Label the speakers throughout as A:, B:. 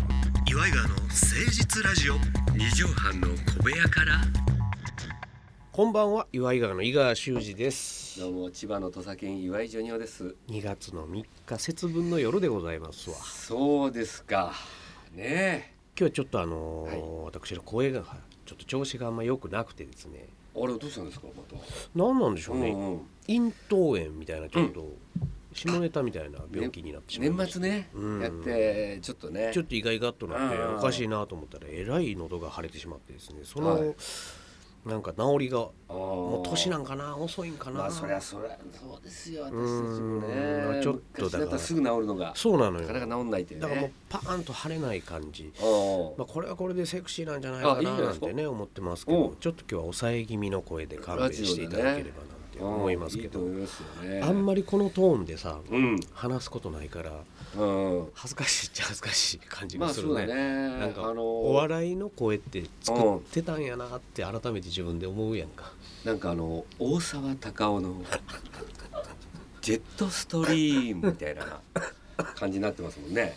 A: イガーの誠実ラジオ
B: 二畳半の小部屋から
A: こんばんは岩井川の井川修司です
B: どうも千葉の土佐県岩井ジョニオです
A: 2月の3日節分の夜でございますわ
B: そうですかね
A: 今日ちょっとあのー私の声がちょっと調子があんま良くなくてですね
B: えあれどうしたんですかまた
A: 何なんでしょうね、
B: うんうん
A: 咽頭炎みたいなちょっと、下ネタみたいな病気になってしまいま
B: 年
A: した
B: 末ね、
A: うん
B: やってちょっとね
A: ちょっと意外がっとなって
B: うん
A: おかしいなと思ったらえらい喉が腫れてしまってですねそ
B: は
A: の
B: い
A: なんか治りが
B: と
A: も
B: も
A: う年なんんかな遅いんかな、
B: まあそりゃそりゃそうですよ私たちも
A: う
B: ね
A: んちょっとだか
B: 昔だ
A: ら
B: ったらすぐ治るのが
A: そうなの
B: な
A: よ
B: かなか治んないっていう
A: だからもう
B: ね
A: パーンと腫れない感じ、
B: おー
A: まあ、これはこれでセクシーなんじゃないか
B: あいいんじゃ
A: な
B: ない
A: な
B: で
A: ん
B: すか
A: てね思ってますけどちょっと今日は抑え気味の声で勘弁していただければなんて
B: うん
A: 思いますけ
B: いいと
A: ど、
B: 思いますよね
A: あんまりこのトーンでさ
B: うん
A: 話すことないから
B: うん
A: 恥ずかしいっちゃ恥ずかしい感じ
B: ま
A: が
B: あ
A: す
B: そ
A: る
B: う
A: ね
B: だ。ね
A: なんか
B: あの
A: お笑いの声って作ってたんやなって改めて自分で思うやんか。
B: なんかあの大沢たか おのジェットストリームみたいな感じになってますもんね。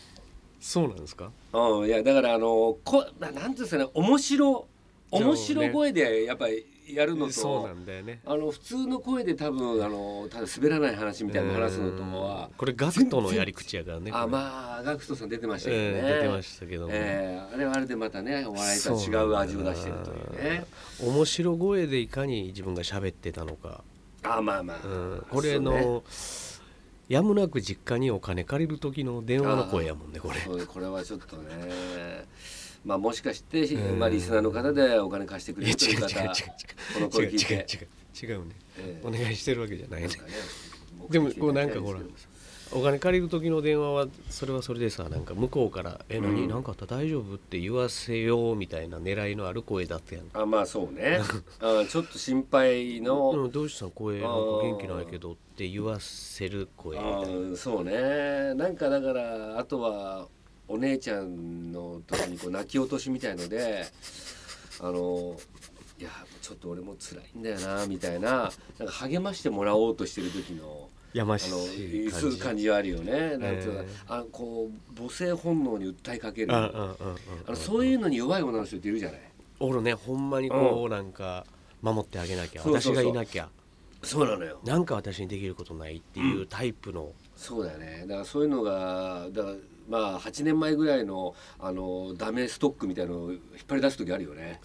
A: そうなんですか。
B: うん、いやだからあのこななんていうんですかね面白
A: そうね
B: 面白声でやっぱりやるの
A: そう
B: と、
A: なんだよね。
B: あの普通の声で多分あのただ滑らない話みたいなの話すのと
A: う
B: は
A: ん、これガクトのやり口やからね。
B: あ
A: あ、
B: まあガクトさん出てましたよね。
A: ええ出てましたけども。
B: ええあれはあれでまたねお笑いとは違う味を出してるというね。
A: 面白声でいかに自分が喋ってたのか、
B: あまあまあ、
A: うん、これ
B: そうね
A: の、やむなく実家にお金借りる時の電話の声やもんねこれ
B: そうこれはちょっとねまあもしかして、
A: うん
B: まあ、リスナーの方でお金貸してく
A: い
B: れ
A: や
B: るとい
A: 違
B: う
A: う違う
B: 方この
A: 違う違う
B: 声聞い
A: 違う違
B: て
A: う違うね
B: ええ
A: お願いしてるわけじゃないね
B: なんかね僕
A: でも
B: 聞いて
A: こう
B: みた
A: ないん
B: で
A: か
B: す
A: ほら
B: けど
A: お金借りる時の電話はそれはそれでさなんか向こうから「え何、
B: うん
A: なんかあった大丈夫?」って言わせようみたいな狙いのある声だったやん、
B: あまあそ うねあちょっと心配
A: う
B: の、
A: ん、どうしたん声なんか元気ないけどって言わせる声みたいな
B: あそうねなんかだからあとはお姉ちゃんの時にこう泣き落としみたいのであのいやちょっと俺も辛いんだよなみたいななんか励ましてもらおうとしてる時の
A: やま
B: あ
A: し
B: の
A: い
B: す
A: 感
B: る
A: じ
B: 感じはあるよね。なんていうの
A: えー
B: あこう母性本能に訴えかける。
A: あ
B: あ
A: ああああ
B: のそういうのに弱い女の人っているじゃない。
A: おるねほんまにこうなんか守ってあげなきゃ
B: そうそ
A: 私
B: うそう
A: がいなきゃ
B: そうなのよ。
A: なんか私にできることないっていうタイプの
B: そうだよね。だからそういうのがだからまあ8年前ぐらいのあのダメストックみたいのを引っ張り出す時あるよね。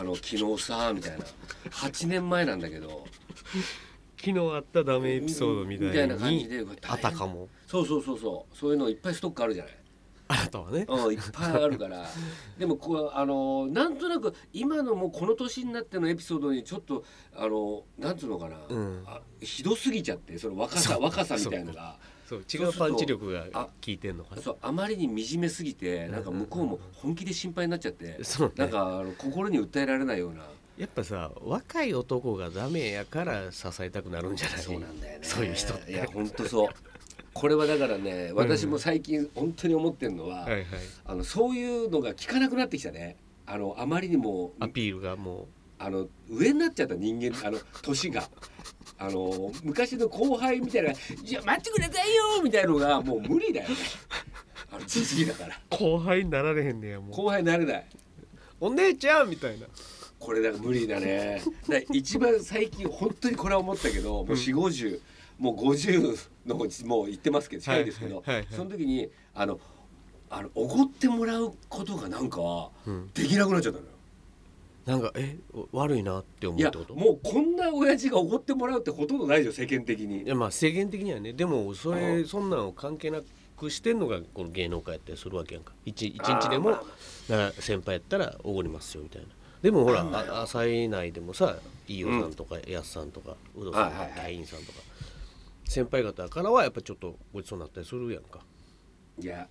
B: あの昨日さみたいな。8年前なんだけど。
A: 昨日あったダメエピソードみたい
B: みたいな感じで
A: にあたかも
B: そうそうそうそう。そういうのいっぱいストックあるじゃない。
A: あなたはね
B: うん、いっぱいある からでもこうあのなんとなく今のもうこの年になってのエピソードにちょっとあのなんつうのかな、
A: うん
B: あひどすぎちゃってその若さ若さみたいなのが
A: そう違うパンチ力が効いてんのかな
B: そうあまりに惨めすぎてなんか向こうも本気で心配になっちゃって、
A: そう
B: なん
A: ね
B: かあの心に訴えられないような
A: やっぱさ若い男がダメやから支えたくなるんじゃない
B: そうなんだよね
A: そういう人って
B: いや本当そうこれはだからね私も最近本当に思ってるのは、
A: はいはい
B: あのそういうのが聞かなくなってきたねあのあまりにも
A: アピールがも
B: あの上になっちゃった人間あの年があの昔の後輩みたいな「いや待ってくださいよ」みたいのがもう無理だよねあの知識だから
A: う後輩になられへんねやもう
B: 後輩になれない
A: お姉ちゃんみたいな
B: これだから無理だねだから一番最近本当にこれは思ったけどもう4 5 0もう50のうちもう言ってますけど近いですけど、
A: はいはいはいはい
B: その時にあのあの奢ってもらうことがなんか
A: うん
B: できなくなっちゃったのよ。
A: なんかえお悪いなって思
B: いう
A: っ
B: や
A: てこと
B: もうこんな親父が奢ってもらうってほとんどないでしょ世間的に
A: い。やまあ制限的にはねでもそれ
B: う
A: そんなんを関係なくしてんのがこの芸能界やったりするわけやんか一一日でも
B: あーまあ
A: な先輩やったらおごりますよみたいなでもほら
B: なんだよ
A: あ浅井内でもさ飯尾さんとか安さんとか有働さんとか
B: はいはいはい
A: 隊員さんとか先輩方からはやっぱちょっとごちそうになったりするやんか
B: いや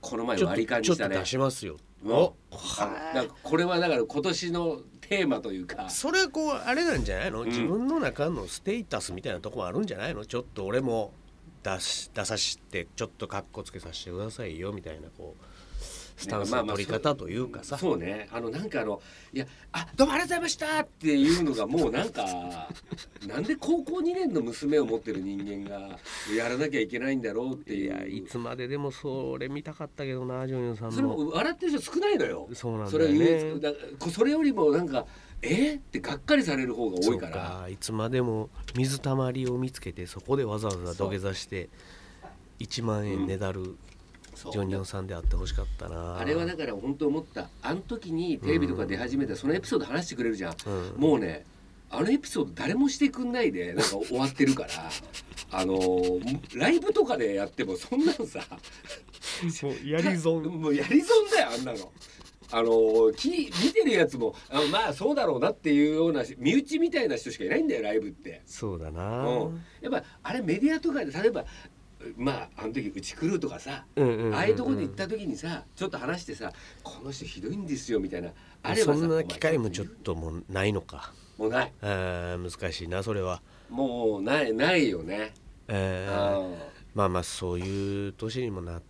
B: この前
A: ちょっ
B: 割り
A: と
B: 勘
A: ちょ
B: し
A: っと
B: たね
A: 出しますよ
B: うん
A: お
B: あのだからこれはだから今年のテーマというか
A: それこうあれなんじゃないの
B: ん
A: 自分の中のステータスみたいなとこもあるんじゃないのちょっと俺も出し出さしてちょっとかっこつけさせてくださいよみたいなこうスタンスの取り方というかさ、
B: そうねあのなんかあの「いやあどうもありがとうございました」っていうのがもう なんかなんで高校2年の娘を持ってる人間がやらなきゃいけないんだろうって
A: い
B: いう
A: やいつまででもそれ見たかったけどなジョニオさん
B: それも
A: の
B: 笑ってる人少ないのよ
A: そうなんだ
B: それは
A: よ
B: 唯
A: ね
B: 一だこそれよりもなんか「えっ?」ってがっかりされる方が多いから
A: そういつまでも水たまりを見つけてそこでわざわざ土下座して1万円ねだる
B: そう
A: ジョニオさんであってほしかったな
B: あれはだから本当思ったあの時にテレビとか出始めたそのエピソード話してくれるじゃん、
A: うん
B: もうねあのエピソード誰もしてくんないでなんか終わってるから あのーライブとかでやってもそんなのさ
A: もうやり損
B: もうやり損だよあんなの。あのーき見てるやつもあまあそうだろうなっていうような身内みたいな人しかいないんだよライブって。
A: そうだな
B: うん、やっぱあれメディアとかで例えばまああの時うち来るとかさ、
A: うんうんうんうん
B: ああいうところに行った時にさちょっと話してさこの人ひどいんですよみたいなあれば
A: そ
B: さ
A: んな機会も
B: お前
A: ちょっともうないのか
B: もうない
A: あー難しいなそれは、
B: もうないないよね、
A: え
B: う
A: ー
B: ん
A: まあまあそういう年にもなっ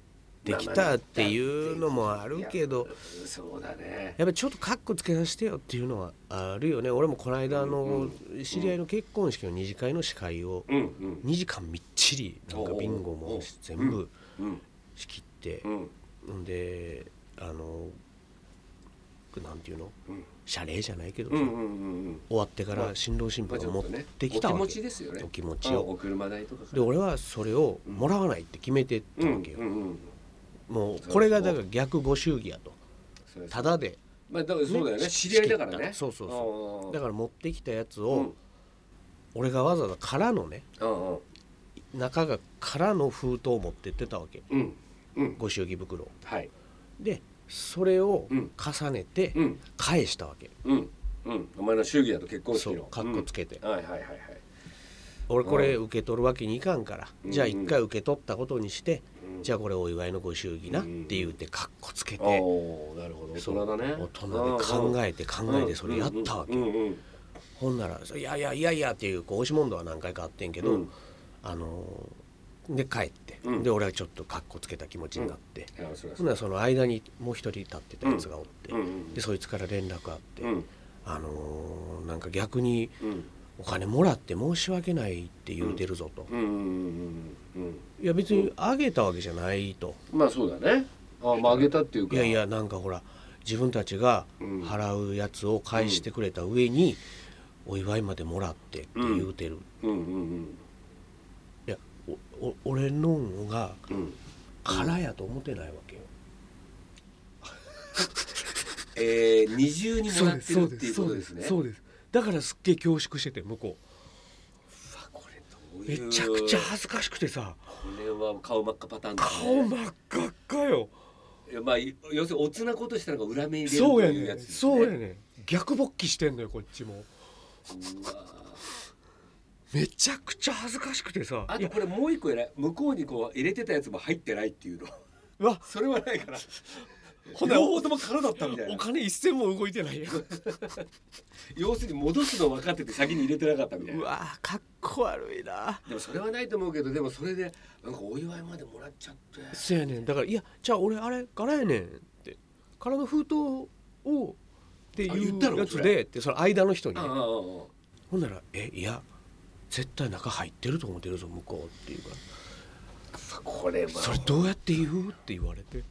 A: てき
B: まあまあ
A: たっていうのもあるけど
B: そうだね
A: やっぱりちょっとカッコつけさせてよっていうのはあるよね俺もこの間あの知り合いの結婚式の二次会の司会を
B: うんうん
A: 2時間みっちりなんかビンゴも全部
B: うん
A: 仕切って
B: うん
A: んであのなんていうの
B: うん
A: 謝礼じゃないけどさ
B: うんうんうんうん
A: 終わってから新郎新
B: ま
A: 婦
B: あち
A: が
B: ょ
A: 持
B: っ
A: っ
B: とね
A: てきた
B: お気
A: わ
B: 持ち
A: け
B: ですよね
A: お気持ちを
B: うんお車代とかから
A: で俺はそれをもらわないって決めてた
B: うん
A: わけよ
B: うんうん
A: もうこれがだから逆ご祝儀やと
B: そうです
A: ただで
B: まあだからそうだよね
A: ね
B: 知り合いだからね
A: そうそう
B: そ
A: だから持ってきたやつ
B: う
A: を
B: ん
A: 俺がわざわざ空のね
B: うんうん
A: 中が空の封筒を持ってってたわけ
B: うんうん
A: ご祝儀袋を
B: はい
A: でそれを
B: うん
A: 重ねて
B: うん
A: 返したわけ、
B: うんうんお前の祝儀だと結婚
A: そ
B: 式
A: う
B: の
A: かっこつけて、
B: うんはいはいはいはい
A: 俺これ受け取るわけにいかんから、
B: うん
A: じゃあ一回受け取ったことにして、
B: うん
A: じゃあこれお祝いのご祝儀なっ
B: うん
A: て言うてかっこつけて、
B: おおなるほど大
A: そう
B: 人だね
A: 大人で考えて考えてそれやったわけ、
B: うんうんうん
A: ほんなら「いやいやいやいや」っていうこう押し問答は何回かあってんけど、
B: うん
A: あのーで帰って、
B: うん
A: で俺はちょっとかっこつけた気持ちになって、
B: いやそれは
A: ほ
B: そ
A: ん
B: う
A: ならその間にもう一人立ってたやつがおって、
B: うんうん
A: でそいつから連絡あって、
B: うん
A: あのーなんか逆に
B: うん
A: お金もらって申し訳ないって言うてるぞと、
B: うんうんうんうん
A: いや別にあげたわけじゃないと、
B: まあそうだねあまああげたっていうか
A: いやいやなんかほら自分たちが
B: うん
A: 払うやつを返してくれた上に、お祝いまでもらってって言うてる、
B: うんうん
A: いやおお俺のんが
B: うんうん
A: 空やと思ってないわけよ、
B: えー二重にもらってるっていうことですね
A: そうですだからすっげえ恐縮してて向こ
B: うわこれどう
A: う
B: い
A: め
B: う
A: ちゃくちゃ恥ずかしくてさ
B: これは顔真っ赤パターンだね
A: 顔真っ赤っかよ
B: いやまあ要するにおつなことしたのが裏目に出る
A: そ
B: と
A: うや
B: いう
A: ね
B: やつ
A: ん
B: です
A: そうやねん逆勃起してんのよこっちも
B: うわ
A: めちゃくちゃ恥ずかしくてさ
B: あ
A: い
B: と
A: や
B: これもう一個偉い向こうにこう入れてたやつも入ってないって いうの
A: うわ
B: それはないから
A: ほな
B: 両方とも空だったみたい
A: お
B: な
A: 金一銭も動いてないやん
B: 要するに戻すの分かってて先に入れてなかったみたいうな
A: わーかっこ悪いな
B: でもそれはないと思うけどでもそれでなんかお祝いまでもらっちゃって
A: そうやねんだからいやじゃあ俺あれ柄やねんって空の封筒をって
B: あ
A: い
B: 言った
A: う
B: の
A: やつ
B: それ
A: でってその間の人に
B: あ
A: ね
B: あああああ
A: ほんなら「えいや絶対中入ってると思ってるぞ向こう」っていうから
B: これは
A: 「それどうやって言う?」って言われて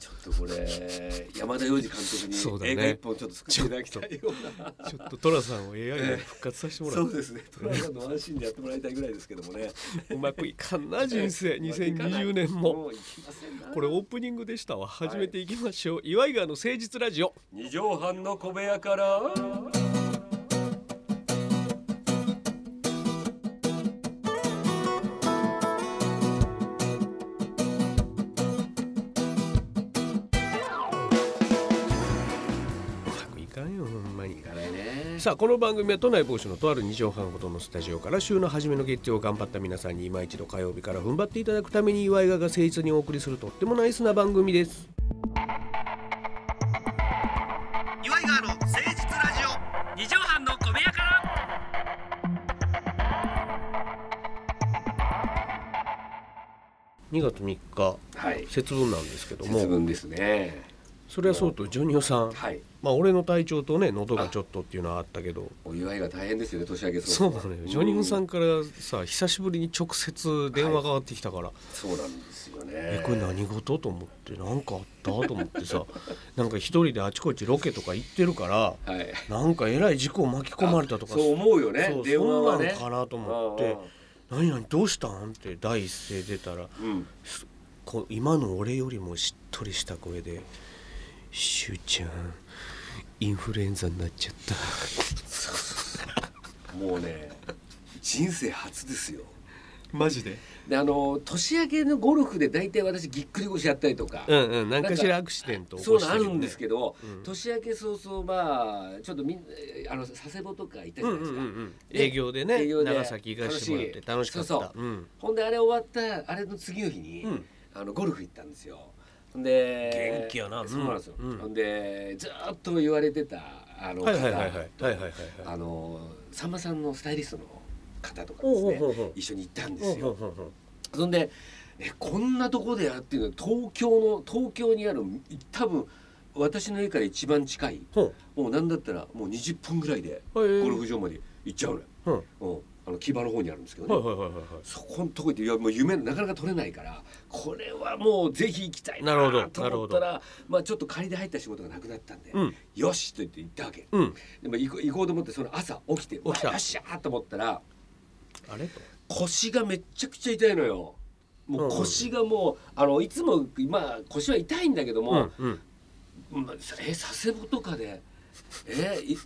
B: ちょっとこれ山田洋次監
A: そう
B: 督
A: だ
B: に
A: ね
B: 映画一本ちょっと作っていただきたいよう な。
A: ちょっと寅さんを AI で復活させてもら
B: そ
A: っ
B: うですね。トラさんのワンシーンでやってもらいたいぐらいですけどもね。
A: てうまくいかん な人生2020年も。
B: う行きませんな
A: これオープニングでしたわ始めていきましょう岩井川の誠実ラジオ
B: 二畳半の小部屋から。
A: うまくいかんよほんまに
B: いかないね。
A: さあこの番組は都内某所のとある2畳半ほどのスタジオから週の初めの月曜を頑張った皆さんに今一度火曜日から踏ん張っていただくために岩井川が誠実にお送りするとってもナイスな番組です
C: 岩井川の誠実ラジオ二畳半の小部屋から
A: 2月3日
B: はい
A: 節分なんですけど
B: 節
A: も
B: 分ですね
A: それはそうとジョニオさん
B: はい
A: まあ俺の体調とね喉がちょっとっていうのはあったけど
B: お祝いが大変ですよね年明け
A: そ
B: 早
A: う
B: 々
A: だねジョニオさんからさ久しぶりに直接電話がかかってきたから
B: そうなんですよね
A: えこれ何事と思ってなんかあったと思って さなんか一人であちこちロケとか行ってるから
B: はい
A: なんかえらい事故巻き込まれたとか
B: そう思うよね
A: そう
B: 電話は
A: そん
B: ね
A: なんかなと思って「何々どうしたん?」って第一声出たら
B: うんうんうん
A: こう今の俺よりもしっとりした声で「しゅうちゃんインフルエンザになっちゃった」
B: もうね人生初ですよ
A: マジで
B: であの年明けのゴルフで大体私ぎっくり腰やったりとか、
A: うんうん何かしらアクシデント起
B: そう
A: こ
B: いう
A: し
B: の
A: て
B: あ
A: る
B: る
A: よね
B: んですけど、
A: うん
B: 年明け早々まあちょっとみんあの佐世保とか行ったじ
A: う
B: ゃ
A: ん
B: ないうで
A: ん
B: す
A: うん
B: か、
A: うん
B: で
A: 営業でね
B: 営業で
A: 長崎行かしてもらって楽しかった
B: そうそう
A: うん
B: ほんであれ終わったあれの次の日に、
A: うん
B: あのゴルフ行ったんですよほんで
A: 元気やなうん
B: そうなんですよ、
A: うん
B: ほんでずーっと言われてたあの
A: はい
B: 方と、
A: はいはいはいはいはいはい
B: あのさんまさんのスタイリストの方とか
A: お
B: です
A: う
B: ね
A: ほうほう
B: 一緒に行ったんで
A: ほう
B: す
A: ほう
B: よ。
A: ほうほう
B: そんでえこんなとこでやるっていうのは東京の東京にある多分私の家から一番近い
A: ほう
B: もう何だったらもう20分ぐらいで
A: ゴ
B: ゴルフ場まで行っちゃうのよ、
A: うんはい
B: うんあの木場の方にあるんですけどね、
A: はいはいはいは
B: そこのとこ行っていやもう夢なかなか取れないからこれはもうぜひ行きたいな
A: なるほど
B: と思ったらまあちょっと仮で入った仕事がなくなったんで、
A: いうん
B: よしと言って行ったわけ
A: うん
B: でも行こう行こうと思ってその朝起きて
A: きた
B: わよっしゃーと思ったら
A: あれと
B: 腰がめっちゃくちゃ痛いのよもう腰がもう、あのいつもまあ腰は痛いんだけども、
A: うんうん
B: まえ佐世保とかでえいい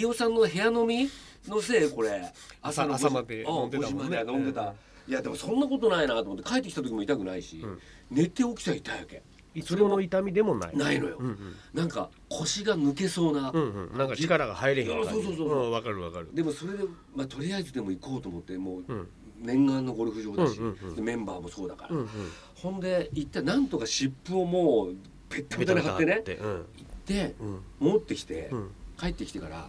B: 飯尾さんの部屋飲みのせいこれ
A: 朝
B: の
A: 朝まで
B: あ
A: 飲んでたもんね
B: 5時まで飲んでた、
A: うん
B: いやでもそんなことないなと思って帰ってきた時も痛くないし、
A: うん
B: 寝て起きたら痛いわけ
A: いつもの痛みでもない
B: ないのよ、
A: うんうん
B: なんか腰が抜けそうな、
A: うんうんなんか力が入れへん感じ
B: いやそうそうそうそうん
A: わかるわかる
B: でもそれで、まあ、とりあえずでも行こうと思ってもう、
A: うん
B: 念願のゴルフ場だし、
A: うんうんうん
B: でメンバーもそうだから、
A: うんうん
B: ほんで行ったなんとか湿布をもうペッタペタに貼ってね
A: うん
B: で
A: うん
B: 持ってきて、
A: うん
B: 帰ってきてから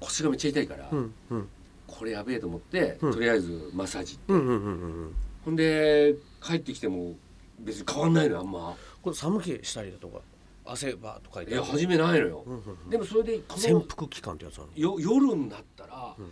B: 腰がめっちゃ痛いから、
A: うんうん
B: これやべえと思って、
A: うん
B: とりあえずマッサージ
A: うんうんうんうん
B: ほんで帰ってきても別に変わんないのよあんま
A: これ寒気したりだとか汗ばーっとかい
B: い
A: てあ
B: や
A: る
B: 始めないのよ、
A: うんうんうん
B: でもそれでこ
A: 潜
B: の
A: 伏期間ってやつなの
B: よ夜になったら、
A: うん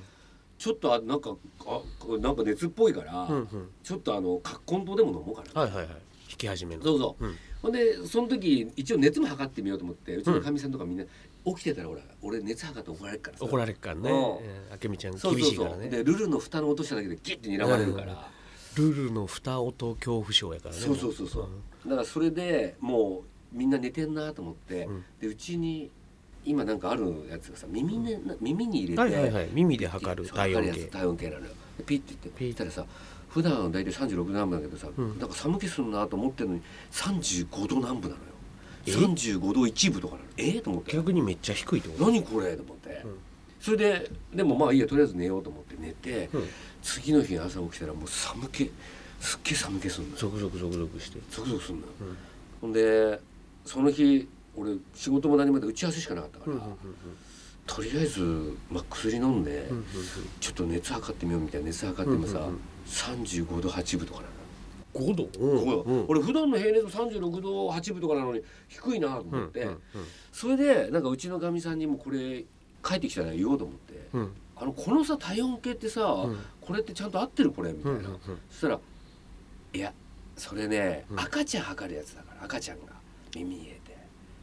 B: ちょっとあなんかあなんか熱っぽいから、
A: うんうん
B: ちょっとあの葛根湯でも飲もうかな、
A: はいはいはい引き始めの
B: どうぞ、
A: うん
B: ほんでその時一応熱も測ってみようと思ってうちのかみさんとかみんな、起きてたらほら俺熱測って怒られるからさ
A: 怒られるからね
B: うん
A: えー明美ちゃん
B: そうそう
A: 厳
B: そう
A: しいからね
B: でルルの蓋の落としただけでギッて睨まれるから、
A: うんルールの蓋音恐怖症やからね
B: そうそうそうそう、だからそれでもうみんな寝てんなと思って、
A: うん
B: でうちに今なんかあるやつがさ耳,、ね耳に入れて、
A: はいはいはい耳で測る
B: そう
A: 体温
B: 測るや
A: 計
B: つ体温計なのよでピッて言って
A: ピ
B: ピ
A: ッ
B: ッたらさ普段は大体36度南部だけどさ、
A: うん
B: なんか寒気するなと思ってるのに35度南部なのよ
A: え
B: 35度一部とかなのえー、と思って
A: 逆にめっちゃ低いってこと
B: 何これと思って、
A: うん
B: それででもまあいいやとりあえず寝ようと思って寝て、
A: うん
B: 次の日の朝起きたらもう寒気すっげえ寒気するのよ
A: ゾクゾクゾクゾクして
B: ゾクゾクするのよ
A: うん
B: ほんでその日俺仕事も何もで打ち合わせしかなかったか
A: う
B: ら、
A: んうんうん
B: とりあえず、まあ、薬飲んで、
A: うんうんうん
B: ちょっと熱測ってみようみたいな熱測ってもさ、
A: うんうんうん
B: 35度8分とかなの
A: 5度うん
B: ここよ
A: うん
B: 俺普段の平熱も36度8分とかなのに低いなと
A: うん
B: 思って、
A: うん
B: それでなんかうちのかみさんにもこれ帰ってきたら言おうと思って、
A: うんうん
B: あのこのさ体温計ってさ、
A: うん
B: これってちゃんと合ってるこれみた
A: う
B: い
A: ん
B: な、
A: うんうん
B: そしたら「いやそれね、
A: うん
B: 赤ちゃん測るやつだから赤ちゃんが耳に入れて」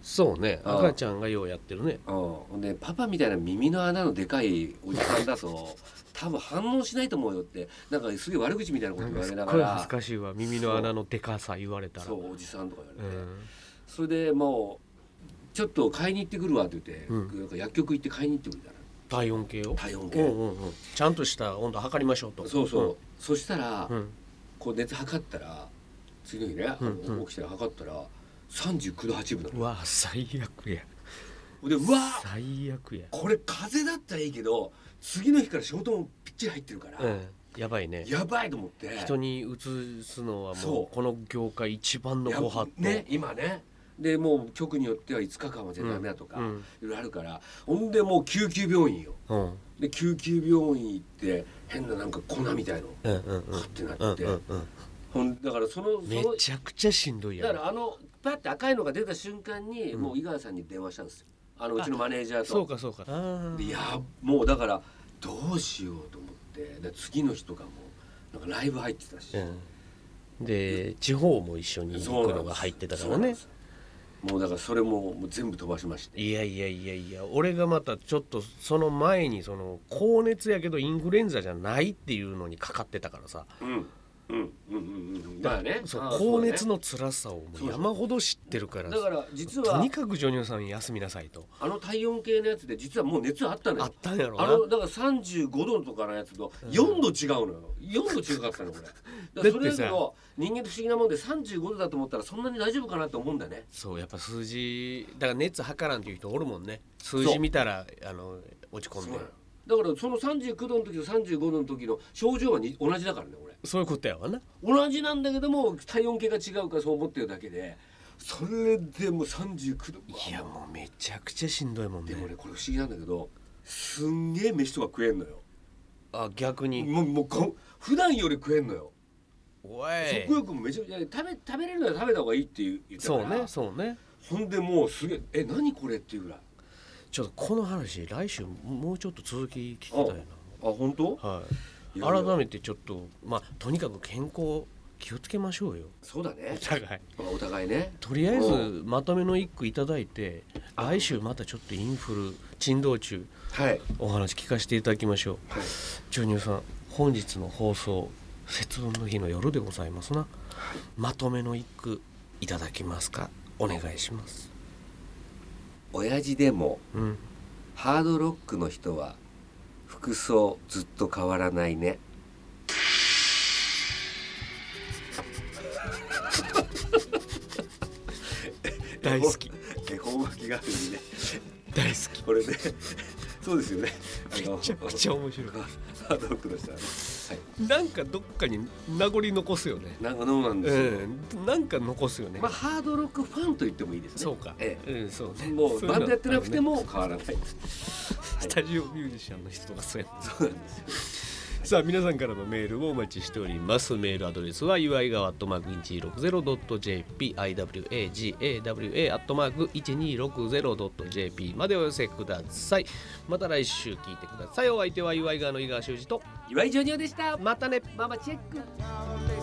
A: そうね
B: ああ
A: 赤ちゃんがようやってるね
B: うん、ほんでパパみたいな耳の穴のでかいおじさんだと 多分反応しないと思うよってなんかすげえ悪口みたいなこと言われなが
A: これ恥
B: ら
A: ずかしいわ耳の穴のでかさ言われたら
B: そうおじさんとか言
A: う
B: われて、
A: ん
B: それでもうちょっと買いに行ってくるわって言って、
A: う
B: なんか薬局行って買いに行ってくれた
A: 体温計を
B: の体温
A: う
B: 計、
A: んうんうんちゃんとした温度測りましょうと
B: そうそう、そしたら、
A: うんうん
B: こう熱測ったら次の日ね、あの
A: うんうん
B: 起きて測ったら39度8分な
A: うわ最悪や
B: のでうわー
A: 最悪や
B: これ風邪だったらいいけど次の日から仕事もぴっちり入ってるから、
A: うんやばいね
B: やばいと思って
A: 人にうつすのはも
B: そう
A: この業界一番のご法度
B: ね今ねでもう局によっては5日間はじゃダメだとか、
A: うんうん
B: いろいろあるからほんでもう救急病院よ
A: うん
B: で救急病院行って変ななんか粉みたいの
A: うんうんうん
B: 買ってなって、
A: うんうんうん
B: ほんだからそのそ
A: め
B: の
A: ちゃくちゃしんどいや
B: だ
A: ろ
B: からあのパッて赤いのが出た瞬間に、
A: うん
B: もう井川さんに電話したんですよあのうちのマネージャーと
A: そうかそうかあ
B: でいやもうだからどうしようと思ってで次の日とかもなんかライブ入ってたし、
A: うん、で地方も一緒に
B: そ
A: 行
B: う
A: く
B: なん
A: の
B: です
A: が入ってたか
B: そ
A: ら
B: うなん
A: ね
B: ですもうだからそれももう全部飛ばしまして
A: いやいやいやいや俺がまたちょっとその前にその高熱やけどインフルエンザじゃないっていうのにかかってたからさ
B: うんうんうんうんうんまあね
A: そう
B: ああ
A: 高熱
B: そう
A: の辛さをもう山ほど知ってるから
B: ねだから実
A: と
B: は
A: にかくジョニオさん休みなさいと
B: あの体温計のやつで実はもう熱あったの
A: あっ
B: よ
A: たんやろ
B: あ
A: な
B: のだから35度とかのやつと4度違うのよ4度違かったのこれだからそれだけど人間って不思議なもんで35度だと思ったらそんなに大丈夫かなって思うんだね
A: そうやっぱ数字だから熱測らんっていう人おるもんね数字見たらあの落ち込んで
B: そうだからその39度の時と35度の時の症状はに同じだからね俺
A: そういうことやわな
B: 同じなんだけども体温計が違うからそう思ってるだけでそれでもう39度
A: いやもうめちゃくちゃしんどいもんね
B: でもねこれ不思議なんだけどすんげえ飯とか食えんのよ
A: あ逆に
B: もうもうこ普段より食えんのよ
A: お
B: 食欲もめちゃくちゃ食べ食べれるなら食べた方がいいっていう言ってた
A: そ
B: か
A: う
B: ら
A: ねそうね
B: ほんでもうすげええ何これっていうぐらいあ
A: ちょっとこの話来週もうちょっと続き聞きたい
B: 本当
A: な、はいい、
B: やいや
A: 改めてちょっとまあとにかく健康気をつけましょうよ
B: そうだね
A: お互い
B: まあお互いね
A: とりあえず
B: う
A: まとめの一句いただいて来週またちょっとインフル珍道中
B: はい
A: お話聞かせていただきましょう
B: はい
A: ジョニオさん本日の放送節分の日の夜でございますなまとめの一句いただきますかお願いします
B: 親父でも
A: うん
B: ハードロックの人は服装ずっと変わらないね。
A: 大好き
B: 絵本巻きがあるんでね。
A: 大好き
B: これね、そうですよね。あの
A: めちゃくちゃ面白い
B: ハードロックの人はね。はい。
A: なんかどっかに名残残すよね。
B: なんかどうなんですよ。
A: うん、なんか残すよね。
B: まあハードロックファンと言ってもいいですね。
A: そうか。
B: え
A: うん、そう
B: え。
A: ね。
B: もう
A: そうい
B: バ
A: うの
B: ンドやってなくて
A: あるね、
B: も変わらない。
A: スタジオミュージシャンの人とかそうやな
B: そうなんですよ。
A: さあ皆さんからのメールをお待ちしておりますメールアドレスは uigawa.1260.jp iwagawa.1260.jp までお寄せくださいまた来週聞いてくださいお相手は UI 側の井川修司と
B: 岩井ジョニオでした。
A: またね
B: ママチェック。
D: Now they